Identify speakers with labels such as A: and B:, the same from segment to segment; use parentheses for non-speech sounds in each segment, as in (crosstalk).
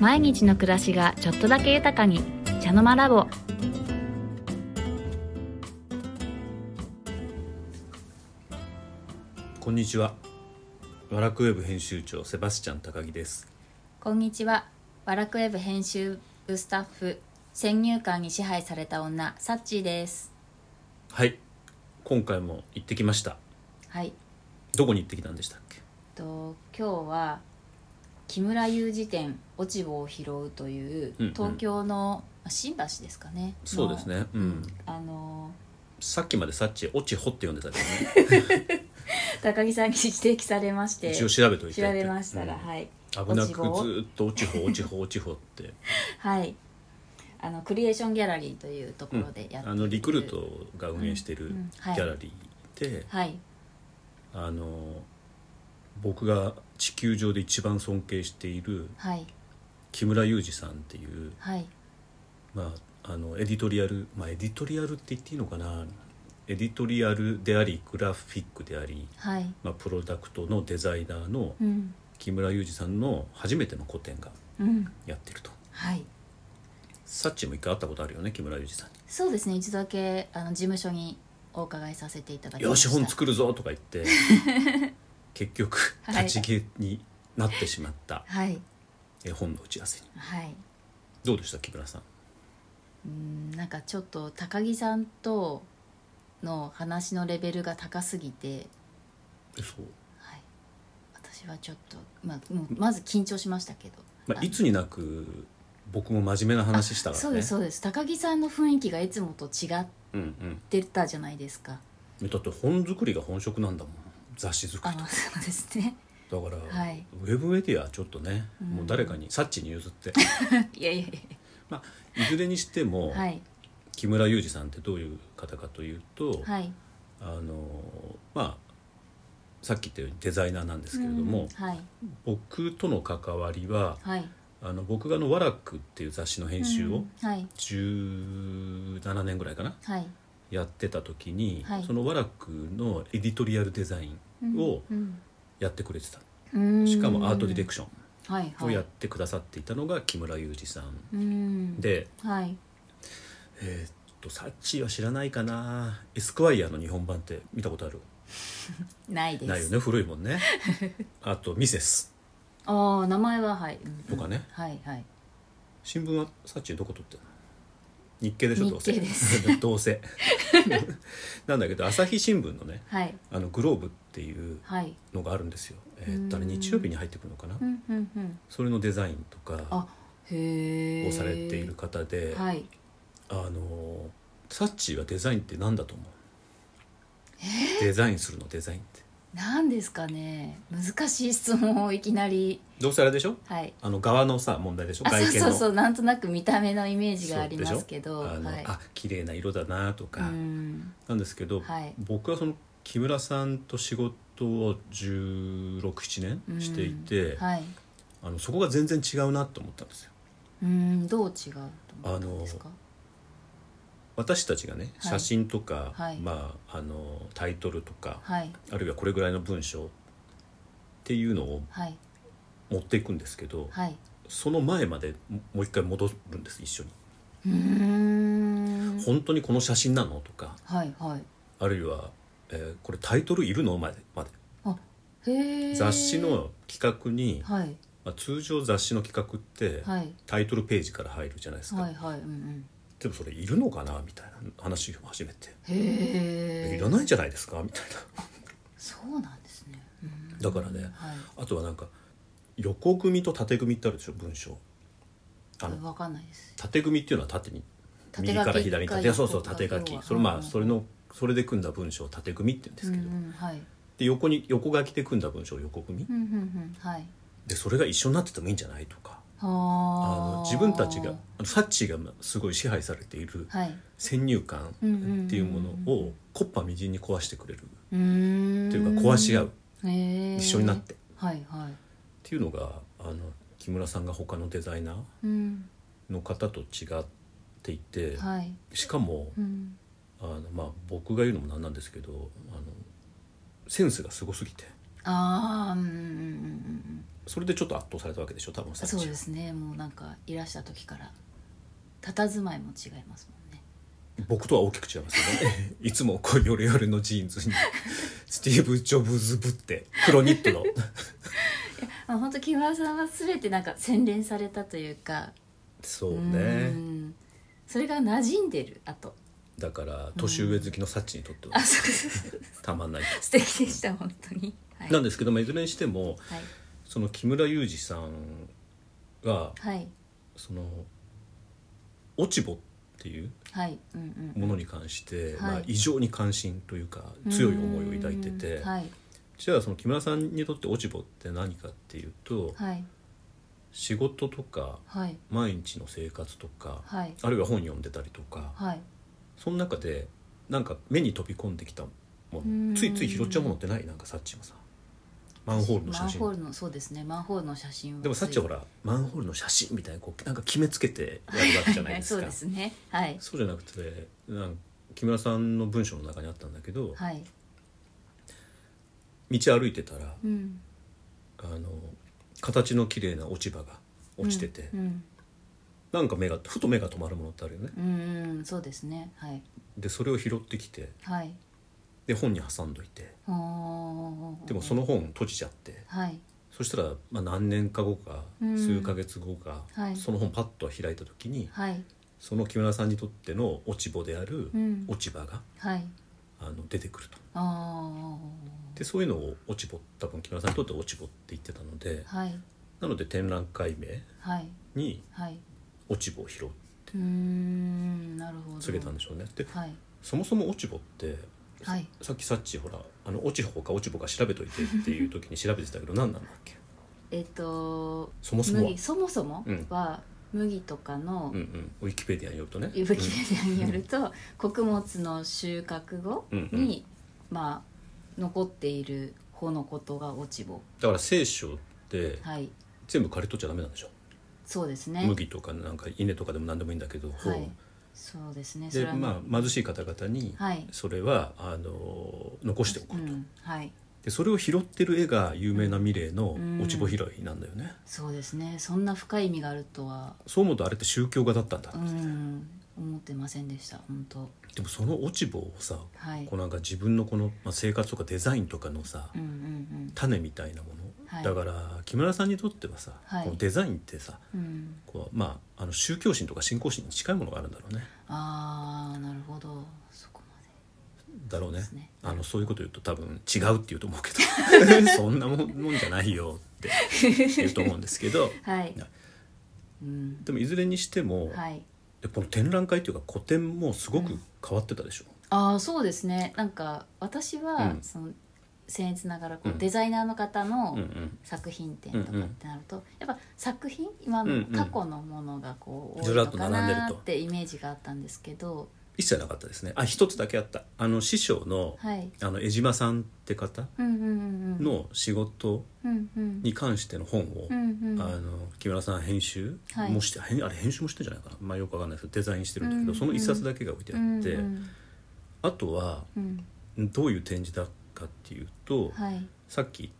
A: 毎日の暮らしがちょっとだけ豊かに茶の間ラボ
B: こんにちは。ワラクウェブ編集長セバスチャン高木です。
C: こんにちは。ワラクウェブ編集部スタッフ先入観に支配された女サッチーです。
B: はい。今回も行ってきました。
C: はい。えっ
B: どこに行ってきたんでしたっけ？
C: と今日は木村雄二展落ち穂を拾うという
B: うんうん
C: 東京の、まあ新橋ですかね。
B: そうですね。う
C: の。うんん。。あの
B: さっきまでサッチオチホって呼んでたけどね。
C: 高木さんに指摘されまして
B: 一応
C: 調
B: 調べといて。
C: べましたら、
B: うん
C: はい
B: 危なく
C: 落ち穂
B: ずっと落ち穂落ち穂落ち
C: (laughs)
B: 穂って。
C: はい。あのクリエーションギャラリーというとこ
B: うん
C: ろでやっている
B: あのリクルートが運営してる
C: うんうん
B: ギ
C: はい
B: ャラリーで、
C: はい
B: あの僕が地球上で一番尊敬している
C: はい
B: 木村雄二さんっていう。
C: はい
B: まあ、あのエディトリアル、まあ、エディトリアルって言っていいのかなエディトリアルでありグラフィックであり、
C: はい。
B: まあ、プロダクトのデザイナーの
C: うん
B: 木村雄二さんの初めての個展が
C: うん
B: やってると
C: はい。
B: サッチも一回会ったことあるよね木村雄二さん
C: そうですね一度だけあの事務所にお伺いさせていただ
B: に「
C: きま
B: よ
C: し
B: した本作るぞ!」とか言って
C: (laughs)
B: 結局
C: はい
B: 立ち消えになってしまった
C: はい
B: 絵本の打ち合わせに
C: はい
B: どうでした木村さん
C: うんなんかちょっと高木さんとの話のレベルが高すぎて、
B: そう、
C: はい、私はちょっと、まあ、もうまず緊張しましたけど、
B: ま
C: あ
B: あ、
C: の
B: いつになく僕も真面目な話したからね
C: そうですそうです高木さんの雰囲気がいつもと違っ
B: うん
C: てたじゃないですか
B: うん、だって本作りが本職なんだもん雑誌作
C: あ
B: りと
C: の
B: か
C: そうです
B: (laughs)
C: ね
B: だから、
C: はい
B: ウェブメディアはちょっとね、
C: うん
B: もう誰かにサッチに
C: (laughs)
B: 譲って
C: いやいやい
B: いずれにしても、
C: やはい
B: 木村雄二さんってどういう方かというと、
C: はい
B: あのまあさっき言ったようにデザイナーなんですけれども、
C: うんはい
B: 僕との関わりは
C: はい
B: あの僕があの「ワラク」っていう雑誌の編集
C: う
B: を
C: んはい
B: 17年ぐらいかな
C: はい
B: やってた時に、
C: はい
B: その「ワラク」のエディトリアルデザインを
C: うん
B: やってくれてた、
C: うん
B: しかもアートディレクション
C: はいは
B: を
C: い
B: やってくださっていたのが木村雄二さん
C: うん
B: で、
C: はい
B: えーっとサッチーは知らないかなエスクワイヤーの日本版って見たことある
C: ないです
B: ないよね古いもん
C: (laughs)
B: ねあとミセス
C: ああ名前ははい、うん
B: とかね
C: はいはい
B: 新聞はサッチーどこ撮ってるの日経でしょどうせ
C: 日経です
B: ど
C: (laughs)
B: うせ (laughs) なんだけど朝日新聞のね
C: はい
B: あのグローブっていう
C: はい
B: のがあるんですよえーっとあれ
C: うん
B: 日曜日に入ってくるのかな
C: うんうんうん
B: それのデザインとか
C: あへえ
B: をされている方で、
C: はい
B: あのーサッチーはデザインって何だと思う、デザインするのデザインって
C: なんですかね難しい質問をいきなり
B: どうせあれでしょ
C: はい
B: あの側のさ問題でしょ
C: あ
B: 外
C: そう
B: 見の
C: そうそうなんとなく見た目のイメージがありま
B: そう
C: すけど
B: でしょあの、
C: はい
B: あ綺麗な色だなと
C: う
B: か、
C: ん
B: なんですけど、
C: はい
B: 僕はその木村さんと仕事を1617
C: うん
B: 年していて、
C: はい
B: あのそこが全然違うなと思ったんですよ
C: うんどう違うと思ったんですか
B: 私たちがね
C: はい
B: 写真とか、
C: はい
B: まあ、あのタイトルとか、
C: はい
B: あるいはこれぐらいの文章っていうのを
C: はい
B: 持っていくんですけど、
C: はい
B: その前までももう一回戻るんです一緒に、
C: うーん
B: 本当にこの写真なのとか
C: はいはい
B: あるいは、えーこれタイトルいるのまでまで
C: あへえ
B: 雑誌の企画に、
C: はい
B: まあ、通常雑誌の企画って、
C: はい
B: タイトルページから入るじゃないですか、
C: はいはいうんうん
B: でもそれいるのかなみたいな話を始めて、
C: へえ
B: いらないんじゃないですかみたいな
C: そうなんですねうん
B: だからね
C: はい
B: あとはなんか横組と縦組ってあるでしょ文章あの
C: 分かんないです
B: 縦組っていうのは縦に
C: 縦
B: 右
C: 書き
B: から左に
C: か
B: 縦そうそう
C: 横か
B: 縦書
C: 要
B: き
C: は
B: それ
C: う
B: まあ
C: んうん
B: それのそれで組んだ文章を縦組って言うんですけど、
C: うんうん、はい
B: で横に横書きで組んだ文章を横組、
C: うんうんうんはい
B: でそれが一緒になっててもいいんじゃないとか
C: あ
B: あ
C: の
B: の自分たちがあのサッチーがすごい支配されている
C: はい
B: 先入観
C: うんうんうんうん
B: っていうものをこっぱみじんに壊してくれる
C: うーん
B: というか壊し合う
C: へえ
B: 一緒になってっ
C: はいはい
B: ていうのがあの木村さんが他のデザイナー
C: うん
B: の方と違っていて
C: はい
B: しかも
C: うん
B: あのまあ僕が言うのもなんなんですけどあのセンスがすごすぎて
C: ああうんうんうんうん
B: それでちょっと圧倒されたわけでしょ多分
C: うん
B: さ
C: そうですねもうなんかいらした時から佇まいも違いますもんね
B: 僕とは大きく違いますよね (laughs) いつもこうヨレヨレのジーンズにスティーブ・ジョブズぶって黒ニ
C: (laughs)
B: ットの
C: あ本当木村さんは全てなんか洗練されたというか
B: そう
C: う
B: ね
C: んそれが馴染んでるあ (laughs) と
B: だから年上好きのサッチにとっては
C: あそうそうそう
B: たまんない、
C: 素敵でした本当にはい
B: なんですけどもいずれにしても
C: はい
B: その木村雄二さんが
C: はい
B: その落ち穂っていう
C: はいうんうん
B: ものに関して、
C: はい
B: まあ、異常に関心というか強い思いを抱いてて、
C: うんはい
B: じゃあその木村さんにとって落ち穂って何かっていうと
C: はい
B: 仕事とか
C: はい
B: 毎日の生活とか
C: はい
B: あるいは本読んでたりとか
C: はい
B: その中でなんか目に飛び込んできたも
C: うん
B: のついつい拾っちゃうものってないなんかサッチもさマンホールの写
C: マンホー
B: 真
C: ルのそうですねマンホールの写真を
B: でもサッチはほらマンホールの写真みたいにこうなんか決めつけてやるわけじゃないです
C: はい (laughs) はいそう
B: か
C: ですねはい
B: そうじゃなくてなんか木村さんの文章の中にあったんだけど
C: はい
B: 道歩いてたら
C: うん
B: あの形の綺麗な落ち葉が落ちてて、
C: うん
B: なんか目がふと目が止まるものってあるよね
C: うんうんうんそうですねはい
B: でそれを拾ってきて
C: はい
B: で本に挟んどいて
C: おー
B: でもその本閉じちゃって
C: はい
B: そしたら、まあ、何年か後か
C: うん
B: 数ヶ月後か、
C: はい
B: その本パッと開いた時に
C: はい
B: その木村さんにとっての落ち穂である
C: うん
B: 落ち葉が
C: はい
B: あの出てくると
C: あ
B: でそういうのを落ち穂多分木村さんにとっては落ち穂って言ってたので
C: あはい
B: なので展覧会名
C: はい
B: に
C: はい
B: 落ち穂を拾う
C: うーんなるほど
B: 告げたんでしょうねで
C: はい
B: そもそも落ち穂って
C: はい
B: さっきさっちほらあの落ち穂か落ち穂か調べといてっていう時に調べてたけど何なんだっけ
C: えっと
B: そもそもは
C: 麦そもそも
B: うん
C: は麦とかの
B: うんうんウィキペディアによるとね
C: ウィキペディア (laughs) によると穀物の収穫後
B: うんうん
C: にまあ残っている穂のことが落ち穂
B: だから聖書って
C: はい
B: 全部刈り取っちゃダメなんでしょ
C: そうですね
B: 麦とかなんか稲とかでも何でもいいんだけど、
C: はいそうですねそ
B: で
C: れは
B: まあ貧しい方々に
C: はい
B: それはあの残しておこう
C: う
B: と、
C: んはい
B: でそれを拾ってる絵が有名なミレーの
C: うん
B: 落ち穂拾いなんだよね、
C: そうですねそんな深い意味があるとは
B: そう思うとあれって宗教画だったんだ、
C: うん思ってませんでした本当
B: でもその落ち穂をさ
C: はい
B: こうなんか自分のこの、まあ、生活とかデザインとかのさ、
C: うんうんうん
B: 種みたいなもの、
C: はい
B: だから木村さんにとってはさ、
C: はい
B: このデザインってさ
C: うん
B: こう、まあ、あの宗教心とか信仰心に近いものがあるんだろうね
C: ああなるほどそこまで
B: だろうね
C: そうですね
B: あのそういうこと言うと多分違うって言うと思
C: (laughs)
B: うけどそんなもんもんじゃないよって言うと思うんですけど
C: はい
B: な。
C: うん。
B: でもいずれにしても、
C: はい。
B: でこの展覧会というか個展もすごく変わってたでしょ、
C: ああ、そうですね。なんか私は、
B: うん
C: その僭越ながらこう、
B: うん
C: デザイナーの方
B: う
C: の
B: んうん
C: 作品展とかってなると、やっぱ作品今
B: うんう
C: の
B: ん
C: 過去のものがこう、
B: ず
C: 多
B: ら
C: い
B: っ
C: の
B: と
C: か
B: 並んでる
C: な
B: と
C: ってイメージがあったんですけど、
B: 一切なかったですねあ一つだけあったあの師匠の,、
C: はい。
B: あの江島さんって方
C: うんうんうんうん。
B: の仕事
C: うんうん。
B: に関しての本を、
C: うんうん。
B: あの木村さん編集
C: はい
B: もして、編あれ編集もしてんじゃないかな、まあ、よくわかんないですけどデザインしてるんだけど、
C: うん
B: その一冊だけが置いてあ
C: う
B: っ
C: ん
B: て、
C: うん
B: あとは
C: うん。
B: どういう展示だかっていうと、
C: はい。
B: さっき言っ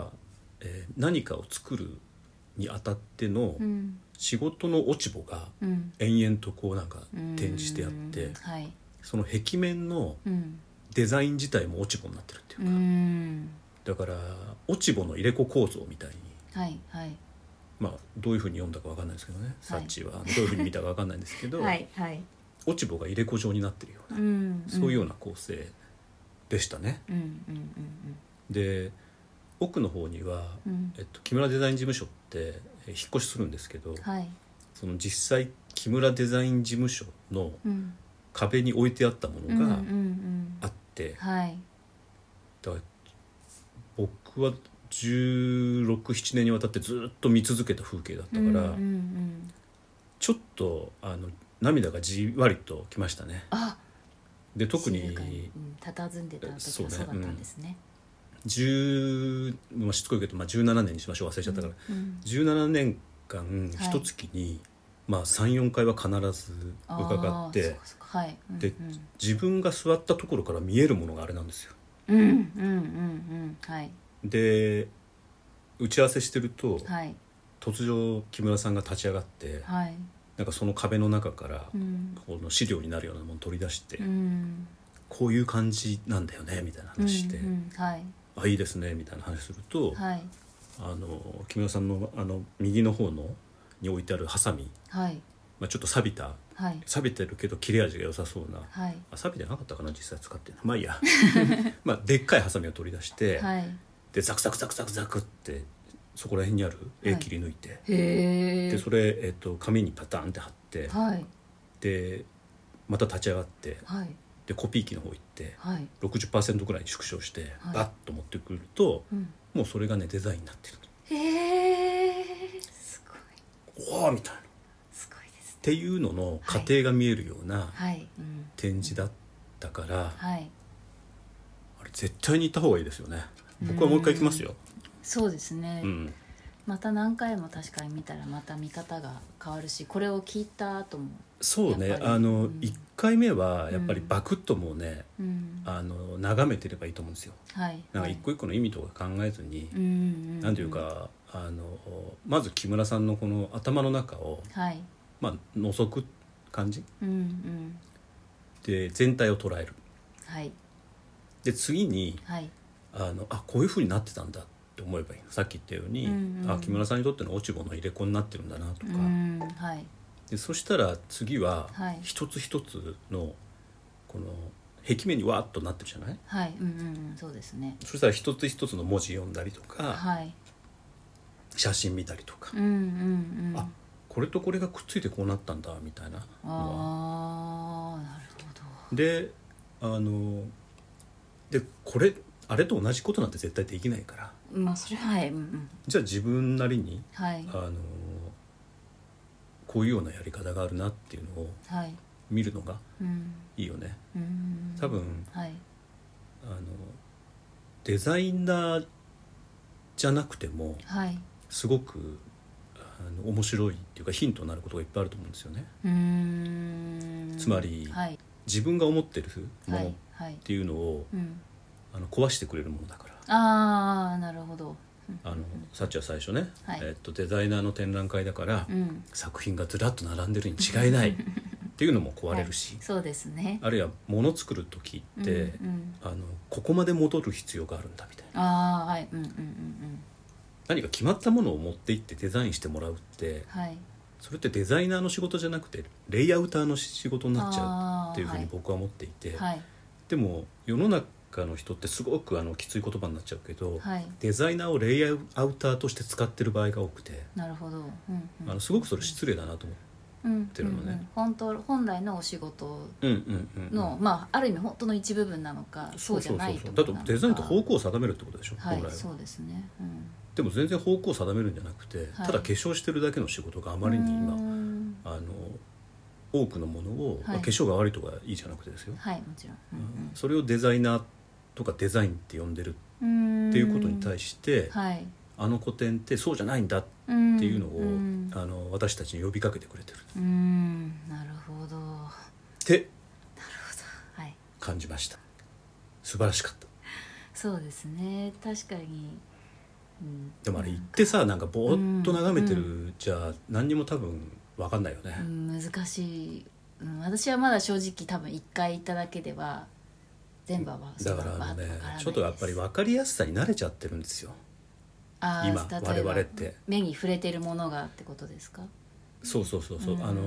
B: た、えー何かを作るにあたっての
C: うん
B: 仕事の落ち穂が
C: うん。
B: 延々とこうなんか
C: うん
B: 展示してあって、
C: はい。
B: その壁面の
C: うん。
B: デザイン自体も落ち穂になってるっていう
C: う
B: か、
C: ん。
B: だから落ち穂の入れ子構造みたいに。
C: はいはい。
B: まあ、どういうふうに読んだかわかんないですけどね、サッチはどういうふうに見たかわかんないんですけど、
C: (laughs) はいはい。
B: 落ち穂が入れ子状になってるような、
C: ん
B: そういうよ
C: う
B: うな構成でしたね。
C: な。うんうんうん
B: で奥の方には、
C: うん。うん
B: えっと、木村デザイン事務所ってえ引っ越しするんですけど、
C: はい。
B: その実際木村デザイン事務所の
C: うん。
B: 壁に置いてあったも
C: うんう
B: の
C: んう
B: が
C: ん。
B: あって、
C: はい。
B: だから僕は1617年にわたってずっと見続けた風景だったから、
C: うんうんうん、
B: ちょっとあの涙がじわりときましたね。
C: あ、
B: で特
C: 静か
B: に
C: うん、佇んでた時
B: そう
C: は
B: ね
C: そうだったんですね。
B: 10、まあ、しつこいけど、まあ、17年にしましょう忘れちゃったから、
C: うん、
B: 17年間
C: はい
B: 一月に、まあ、34回は必ず伺っ
C: あー
B: て
C: そかそかはい。うん
B: で自分が座ったところから見えるものがあれなんですよ
C: うんうんうんうんうんはい。
B: で打ち合わせしてると、
C: はい
B: 突如木村さんが立ち上がって、
C: はい
B: なんかその壁の中から、
C: うん
B: この資料になるようなもの取り出して、
C: うん
B: こういう感じなんだよねみたいな話して、
C: うんうんはい
B: あいいですねみたいな話すると、
C: はい
B: あの木村さんのあの右の方のに置いてあるハサミ、
C: はい
B: まあ、ちょっと錆びた
C: はい
B: 錆びてるけど切れ味が良さそうな
C: はい
B: あ錆びてなかったかな実際使ってんのまあいい
C: (laughs)
B: やまあでっかいハサミを取り出して、
C: はい
B: でザクザクザクザクザクってそこら辺にある絵
C: はい
B: 切り抜いて、
C: へ
B: で
C: え
B: それ、えっと紙にパターンって貼って、
C: はい
B: でまた立ち上がって
C: はい
B: でコピー機の方行って
C: はい
B: 60%ぐらいに縮小して、
C: はい
B: バッと持ってくると
C: うん
B: もうそれがねデザインになってる
C: へえすごい
B: おおみたいな。っ
C: すごいですね
B: ていうのの過程が見えるような
C: はいうん
B: 展示だったから、
C: はい
B: あれ絶対に行った方がいいですよね僕はもう一回行きますよ、
C: そうですね、
B: うん、
C: また何回も確かに見たらまた見方が変わるしこれを聞いた後も
B: そう
C: や
B: ね
C: っぱり
B: あの、
C: うん
B: 1回目はやっぱり
C: うん
B: バクッともうね、
C: うん
B: あの眺めてればいいと思うんですよ
C: はい
B: なんか一個一個の意味とか考えずに、
C: うんうん
B: なんていうかあのまず木村さんのこの頭の中を、
C: はい
B: まあ覗く感じ
C: うんうん
B: で全体を捉える
C: はい
B: で次に
C: はい
B: あのあこういうふうになってたんだって思えばいいのさっき言ったように、
C: うんうん
B: あ木村さんにとっての落ち穂の入れ子になってるんだなと
C: う
B: か、
C: んはい
B: でそしたら次は
C: はい
B: 一つ一つのこの壁面にわーっとなってるじゃない
C: はいうんうんうんそうですね
B: そしたら一つ一つの文字読んだりとか
C: はい
B: 写真見たりとか、
C: うんうんうん
B: あこれとこれがくっついてこうなったんだみたいなのは
C: ああなるほど
B: であのでこれあれと同じことなんて絶対できないから
C: まあそれははい、うんうん、
B: じゃあ自分なりに
C: はい
B: あのこういうようなやり方があるなっていうのを
C: はい
B: 見るのが
C: うん
B: いいよね
C: うん
B: 多分
C: はい
B: あのデザイナーじゃなくても
C: はい
B: すごくあの面白いっていうかヒントになることがいっぱいあると思うんですよね
C: うーん
B: つまり
C: はい
B: 自分が思ってるも
C: は
B: のっ
C: いはい
B: ていうのを
C: うん
B: あの壊してくれるものだから
C: ああなるほど
B: あのサッチは最初ね、
C: はい
B: えっとデザイナーの展覧会だから、
C: うん
B: 作品がずらっと並んでるに違
C: (laughs)
B: いないっていうのも壊れるし、
C: そうですね
B: あるいは物作る時って、
C: うんうん、
B: あのここまで戻る必要があるんだみたいな
C: ああはいうんうんうんうん
B: 何か決まったものを持っていってデザインしてもらうって
C: はい
B: それってデザイナーの仕事じゃなくてレイアウターの仕事になっちゃうっていうふうに僕は思っていて、
C: はい
B: でも世の中の人ってすごくあのきつい言葉になっちゃうけど、
C: はい
B: デザイナーをレイアウターとして使ってる場合が多くて。
C: なるほど、うんうん、
B: あのすごくそれ失礼だなと思
C: うん
B: てるのね
C: うんうん本当本来のお仕事
B: う、うんうんうん、
C: の、まあある意味本当の一部分なのかそうじゃない
B: そう
C: と
B: そうそうだってデザインと方
C: 向
B: 向を定めるってことでしょ、
C: は
B: 本来
C: い
B: は
C: そうですね、うん、
B: でも全然方向を定めるんじゃなくて、
C: はい
B: ただ化粧してるだけの仕事があまりに今、
C: うん
B: あの多くのものを、
C: はい
B: まあ化粧が悪いとかいいじゃなくてですよ、
C: はいもちろん、うん
B: それをデザイナーとかデザインって呼んでる
C: うん、
B: っていうこと
C: し
B: に対して、
C: てはい
B: あの古典ってそうじゃないんだっ
C: って
B: いうのを、
C: うん
B: あの私たちに呼びかけてくれてるっ
C: うんなるほどは
B: て
C: い
B: 感じました素晴らしかった
C: そうですね確かに、うん、
B: でもあれ行ってさなんかぼーっと眺めて
C: う
B: るじゃ何にも多分分かんないよね、
C: うん難しい、うん、私はまだ正直多分一回行っただけでは全部はわ
B: だから
C: わ
B: あのね
C: わらないです
B: ちょっとやっぱり分かりやすさに慣れちゃってるんですよ
C: あー
B: 今
C: 例えば
B: 我々って
C: 目に触れてるものがってことですか
B: そうそうそうそう、
C: ん
B: あの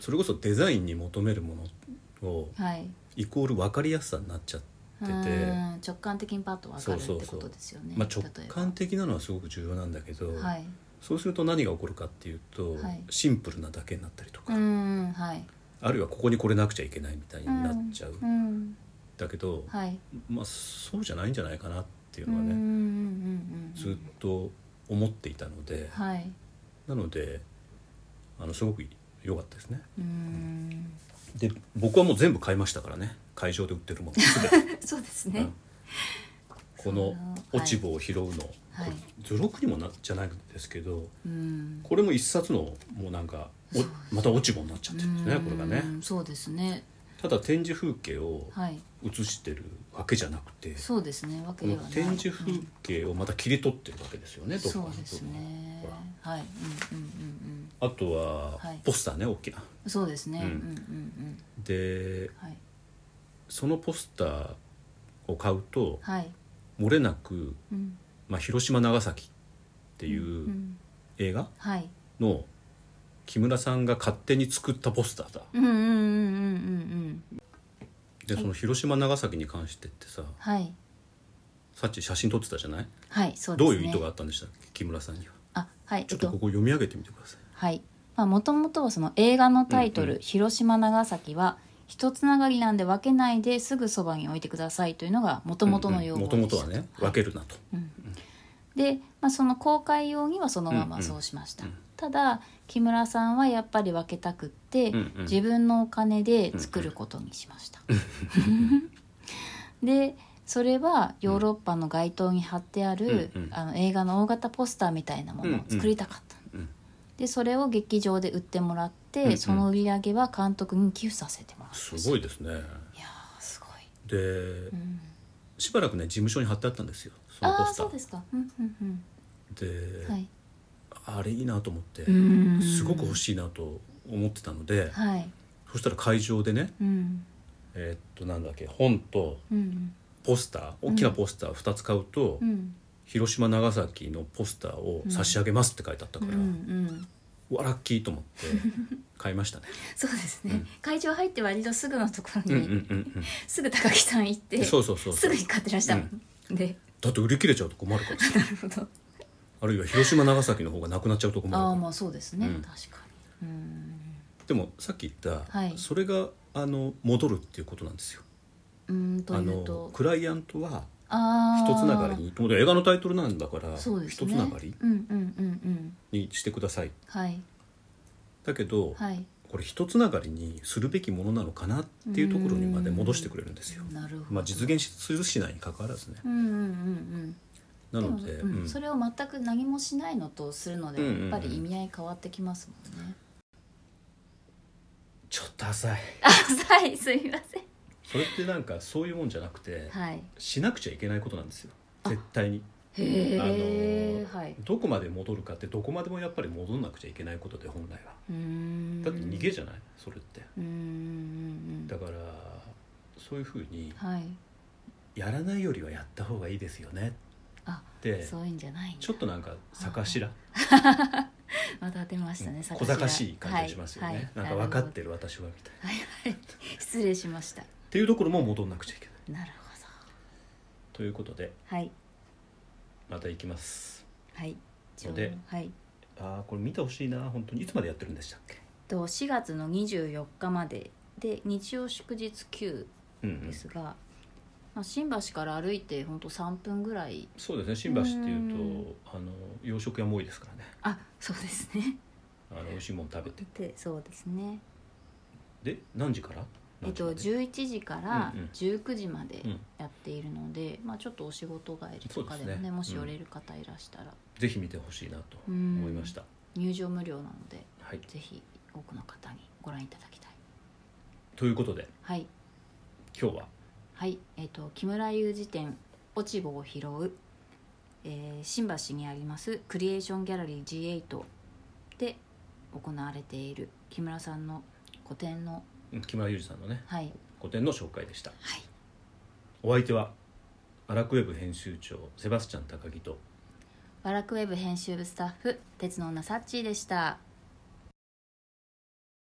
B: それこそデザインに求めるものを
C: はい
B: イコール分かりやすさになっちゃって
C: う
B: て、
C: ん直感的にパッと分かる
B: そう
C: っ
B: そ
C: て
B: うそ
C: こ
B: う
C: とですよね
B: まあ、直
C: 例えば
B: 感的なのはすごく重要なんだけど、
C: はい
B: そうすると何が起こるかっていうと、
C: はい
B: シンプルなだけになったりと
C: う
B: か、
C: んはい
B: あるいはここにこれなくちゃいけないみたいになっちゃう、
C: うんん
B: だけど、
C: はい
B: まあそうじゃないんじゃないかなっていう
C: うん
B: の
C: う
B: は
C: んうん
B: ね、
C: うん
B: ずっと思っていたので、
C: はい
B: なのであのすごく良かったですね。
C: うん
B: で僕はもう全部買いましたからね会場で売ってるも
C: (laughs)
B: の全て。
C: そうです
B: う
C: ね
B: んこの落ち穂を拾うの、
C: はい
B: これ図録にもなじゃないんですけど
C: うん
B: これも一冊のもうなんかおまた落ち穂になっちゃってるんですねこれがね
C: うんそうですね
B: ただ展示風景を
C: はい
B: 写してるわけじゃなくて、
C: そうですねわけ
B: こ
C: で
B: の
C: はない
B: 展示風景をまた切り取ってるわけですよね、
C: うん
B: どっか
C: そ
B: の
C: うですね
B: ほら
C: はいうんうんうん
B: あとは
C: はい
B: ポスターね、大きな
C: うんそうですね、う、
B: うんん
C: うんうん
B: で
C: はい
B: そのポスターを買うと
C: はい
B: 漏れなく、
C: うん
B: まあ、広島長崎ってい
C: うんう
B: うん映画
C: はい
B: の木村さんが勝手に作ったポスターだ
C: うんうんうんうんうんうん
B: でその広島長崎に関してってさ
C: はい
B: さっき写真撮ってたじゃない、
C: はいそうで
B: ど
C: す
B: う
C: ね
B: いう意図があったんでしたっけ木村さんには
C: あはい
B: ちょっとここ読み上げてみてください
C: はいもともとはその映画のタイトル「
B: うんう
C: 広島長崎」は一つながりなんで分けないですぐそばに置いてくださいというのがもともとの用語でした
B: もともとはね
C: は
B: 分
C: い
B: けるなと、
C: で、まあ、その公開用にはそのままそうしました、ただ木村さんはやっぱり分けたくって、
B: うんうん
C: 自分のお金で作ることにしました、 (laughs) でそれはヨーロッパの街頭に貼ってある、
B: うんうん
C: あの映画の大型ポスターみたいなものを作りたかった、
B: うんうん
C: でそれを劇場で売ってもらって、
B: うんうん
C: その売り上げは監督に寄付させてもらいました
B: すごいですね
C: いやーすごい、
B: で、
C: うん、
B: しばらくね事務所に貼ってあったんですよその
C: あ
B: ポ
C: あ
B: スタ
C: そう
B: ー
C: ですかうんうん
B: で
C: うんはい
B: あれいいなと思って、
C: うん
B: すごく欲しいなと思ってたので、
C: はい
B: そしたら会場でね
C: うん
B: えーっとなんだっけ本と
C: うん
B: ポスター大きなポスター2つ買うと、
C: うん
B: 広島長崎のポスターを差し上げますって書いてあった
C: う
B: か
C: ん
B: ら、
C: う
B: うんわラッキーと思って
C: (laughs)
B: 買いましたね
C: そうですね、
B: うん
C: 会場入って割とすぐのところ
B: うんう
C: に、
B: んうん
C: すぐ高木さん行っ
B: う
C: て
B: んそうそうそう
C: す
B: そう
C: ぐに買ってらしたもん、で
B: だって売り切れちゃうと困るからさ
C: なるほど
B: あるいは広島長崎の方がなくなっちゃうと困る
C: ああ
B: か
C: まあそうですね、
B: うん
C: 確かにうん
B: らでもさっき言った、
C: はい
B: それがあの戻るっていうことなんですよ
C: うーんと
B: あ
C: いう
B: の
C: と
B: クライアントは
C: あ
B: 一
C: ー
B: つながりに映画のタイトルなんだから
C: そうです
B: 一
C: ね
B: つながり
C: うんうんうんうん
B: にしてください
C: はい
B: だけど、
C: はい
B: これ一つながりにするべきものなのかなっていうところにまで戻してくれるんですよ
C: なるほど、
B: まあ実現するしないにかかわらずね
C: うんうんうんう
B: なんの
C: も、
B: で
C: うん
B: うん
C: それを全く何もしないのとするのでは
B: うん
C: や
B: うんう
C: っ
B: ん
C: ぱり意味合い変わってきますもんね、
B: ちょっと浅い
C: あはいすいません
B: それってなんかそういうもんじゃなくて
C: はい
B: しなくちゃいけないことなんですよ絶対に
C: へ
B: あの
C: え、
B: ー
C: はい
B: どこまで戻るかってどこまでもやっぱり戻んなくちゃいけないことで本来は
C: うーん
B: だって逃げじゃないそれって
C: うーんうんう
B: だ
C: ん
B: からそういうふうに
C: はい
B: やらないよりはやった方がいいですよね
C: あ
B: って
C: そういうんじゃないんだ
B: ちょっとなんか逆しら
C: また出ましたね、
B: 小賢しい感じがしますよね、
C: はいはい
B: なんか分かってる私はみたいな
C: はいはい失礼しました
B: っていうところも戻んなくちゃいけない
C: なるほ
B: ということで
C: どはい
B: また行きます
C: はいじゃあ
B: ので
C: はい
B: ああこれ見てほしいな本当にいつまでやってるんでしたっけ
C: と4月の24日までで日曜祝日休
B: うんう
C: で
B: ん
C: すが、まあ、新橋から歩いてほんと3分ぐらい
B: そうですね新橋ってい
C: う
B: うとあの洋食屋も多いですからね
C: あそうですね
B: あの美味しいもの食べて
C: でそうですね
B: で何時から
C: えっと
B: 何時まで
C: 11時から
B: うんうん
C: 19時まで
B: うん
C: やっているので、まあ、ちょっとお仕事帰りとかでも
B: そう
C: ね
B: ですね
C: もし寄れる方いらしたら、
B: ぜひ見てほしいなと思いました
C: 入場無料なので
B: はい
C: ぜひ多くの方にご覧いただきたい
B: ということで
C: はい
B: 今日は
C: はいえっ、と木村雄二展「落ち穂を拾う」えー新橋にありますクリエーションギャラリー G8 で行われている木村さんの個展の
B: うん木村裕二さんのね
C: はい
B: 個展の紹介でした
C: はい
B: お相手はアラクウェブ編集長セバスチャン高木と
C: ワラクウェブ編集部スタッフ鉄の女サッチーでした